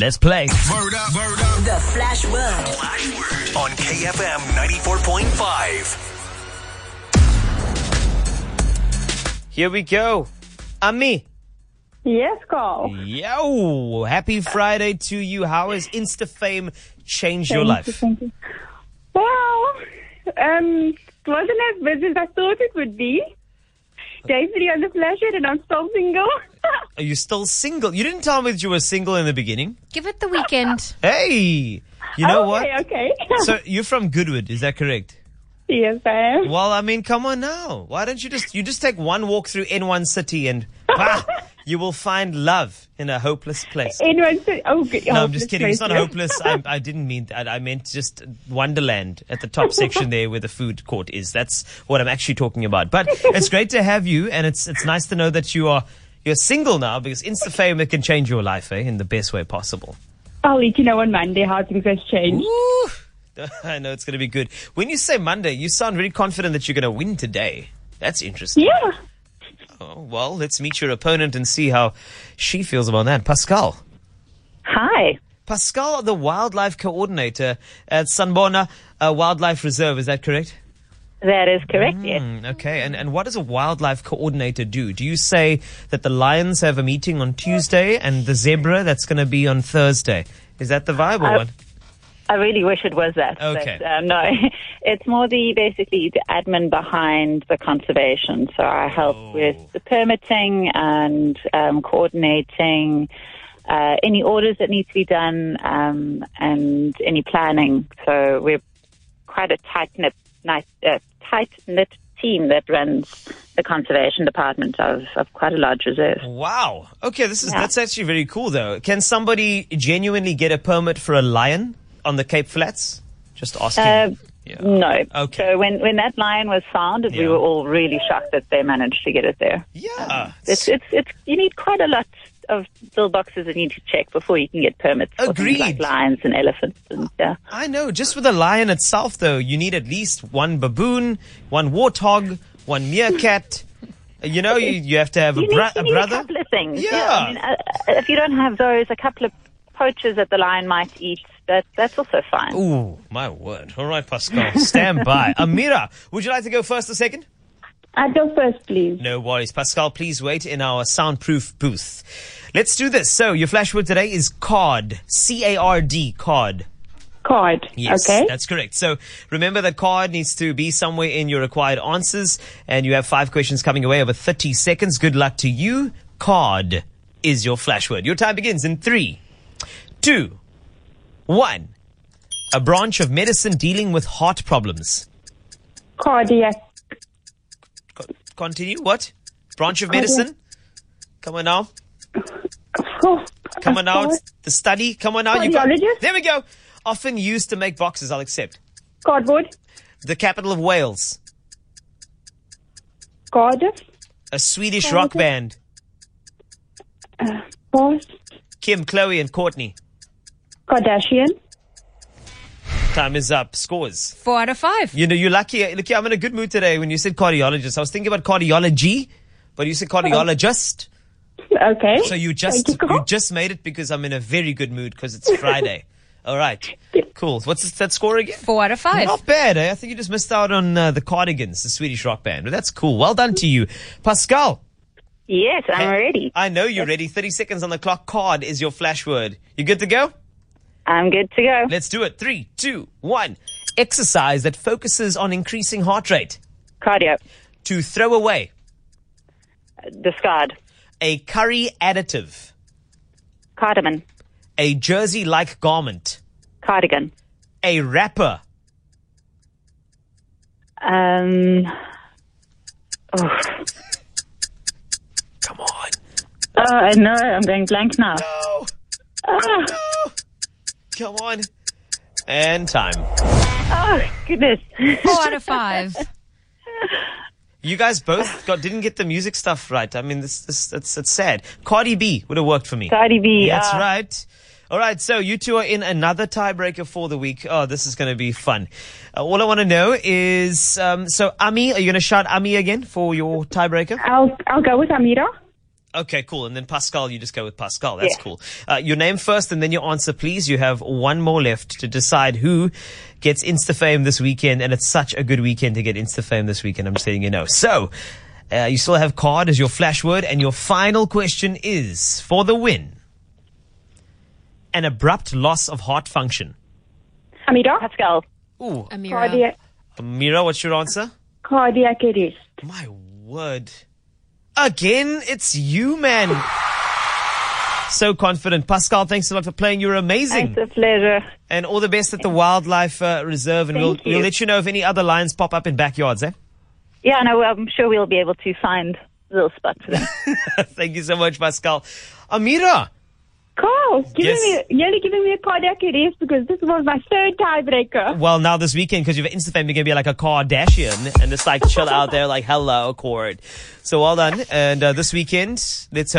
Let's play. Word up, word up. The Flash Word. on KFM 94.5. Here we go. Ami. Yes, Carl. Yo. Happy Friday to you. How has Insta fame changed your Thank you, life? thank you. Well, um, it wasn't as busy as I thought it would be. Day three on the flash and I'm still single. Are you still single? You didn't tell me that you were single in the beginning. Give it the weekend. Hey. You know Oh, okay, what? Okay, So you're from Goodwood, is that correct? yes, I am. Well, I mean, come on now. Why don't you just you just take one walk through N1 city and wow, you will find love in a hopeless place. Anyone said, oh, good. No, I'm just kidding. It's not hopeless. I, I didn't mean that. I meant just Wonderland at the top section there where the food court is. That's what I'm actually talking about. But it's great to have you, and it's it's nice to know that you are you're single now because Insta fame it can change your life eh, in the best way possible. I'll let you know on Monday how things have changed. Woo! I know it's going to be good. When you say Monday, you sound very confident that you're going to win today. That's interesting. Yeah. Oh, well, let's meet your opponent and see how she feels about that. Pascal. Hi. Pascal, the wildlife coordinator at Sanbona uh, Wildlife Reserve, is that correct? That is correct, yes. Mm, Okay, and, and what does a wildlife coordinator do? Do you say that the lions have a meeting on Tuesday and the zebra that's going to be on Thursday? Is that the viable I- one? I really wish it was that. Okay. But, um, no, it's more the basically the admin behind the conservation. So I help Oh. with the permitting and um, coordinating uh, any orders that need to be done um, and any planning. So we're quite a tight knit, nice, uh, tight knit team that runs the conservation department of, of quite a large reserve. Wow. Okay, this is that's actually very cool though. Can somebody genuinely get a permit for a lion on the Cape Flats? Just asking. Uh, Yeah. No. Oh, Okay. So when, when that lion was found, Yeah. we were all really shocked that they managed to get it there. yeah. It's, it's, it's, you need quite a lot of little boxes that you need to check before you can get permits for things Agreed. like lions and elephants and yeah. I know. Just with a lion itself, though, you need at least one baboon, one warthog, one meerkat. You know, you, you have to have a, You need, bro- you a need brother. couple of things. Yeah. I mean, uh, if you don't have those, a couple of poachers that the lion might eat, that, that's also fine. Ooh, my word. All right, Pascal, stand by. Amira, would you like to go first or second? I go first, please. No worries. Pascal, please wait in our soundproof booth. Let's do this. So, your flash word today is card. C A R D, card. Card. Yes, okay. that's correct. So remember that card needs to be somewhere in your required answers, and you have five questions coming away over 30 seconds. Good luck to you. Card is your flash word. Your time begins in three, two, one. A branch of medicine dealing with heart problems. Cardiac. Co- Continue. What? Branch of medicine? Come on now. Oh, Come on now. sorry. It's The study. Come on now. You got- Cardiologist? There we go. Often used to make boxes. I'll accept. Cardboard. The capital of Wales. Cardiff. A Swedish rock band. Boss. Kim, Chloe, and Courtney. Kardashian. Time is up. Scores. Four out of five. You know, you're lucky. Look, I'm in a good mood today when you said cardiologist. I was thinking about cardiology, but you said cardiologist. Okay. So you just you, you, Carl. just made it because I'm in a very good mood because it's Friday. All right. Cool. What's that score again? Four out of five. Not bad. Eh? I think you just missed out on uh, the Cardigans, the Swedish rock band. But that's cool. Well done to you, Pascal. Yes, I'm ready. I know you're ready. 30 seconds on the clock. Card is your flash word. You good to go? I'm good to go. Let's do it. Three, two, one. Exercise that focuses on increasing heart rate. Cardio. To throw away Discard. a curry additive, Cardamom. a jersey like garment, Cardigan. a wrapper, Um, come on, oh, no, I'm going blank now. no, no, come on, and time. Oh, goodness. Four out of five. You guys both got didn't get the music stuff right. I mean, this, this that's, that's sad. Cardi B would have worked for me. Cardi B. That's ah. right. All right, so you two are in another tiebreaker for the week. Oh, this is going to be fun. Uh, all I want to know is, um, so Ami, are you going to shout Ami again for your tiebreaker? I'll I'll go with Amira. Okay, cool. And then Pascal, you just go with Pascal. That's Yeah. cool. Uh, your name first and then your answer, please. You have one more left to decide who gets InstaFame this weekend. And it's such a good weekend to get InstaFame this weekend. I'm just letting you know. So, uh, you still have card as your flash word. And your final question is for the win. An abrupt loss of heart function. Amira, Pascal. Ooh, Amira. cardiac, Mira, what's your answer? cardiac arrest. My word. Again, it's you, man. So confident. Pascal, thanks a lot for playing. You're amazing. It's a pleasure. And all the best at the Wildlife uh, Reserve. And we'll, Thank you. we'll let you know if any other lions pop up in backyards, eh? Yeah, no, I'm sure we'll be able to find a little spot for them. Thank you so much, Pascal. Amira, Cool. Giving Yes. me, nearly giving me a cardiac arrest because this was my third tiebreaker. well, now this weekend, because you've InstaFam, you're going to be like a Kardashian and just like chill out there, like, hello, Cord. So well done. And uh, this weekend, let's hope.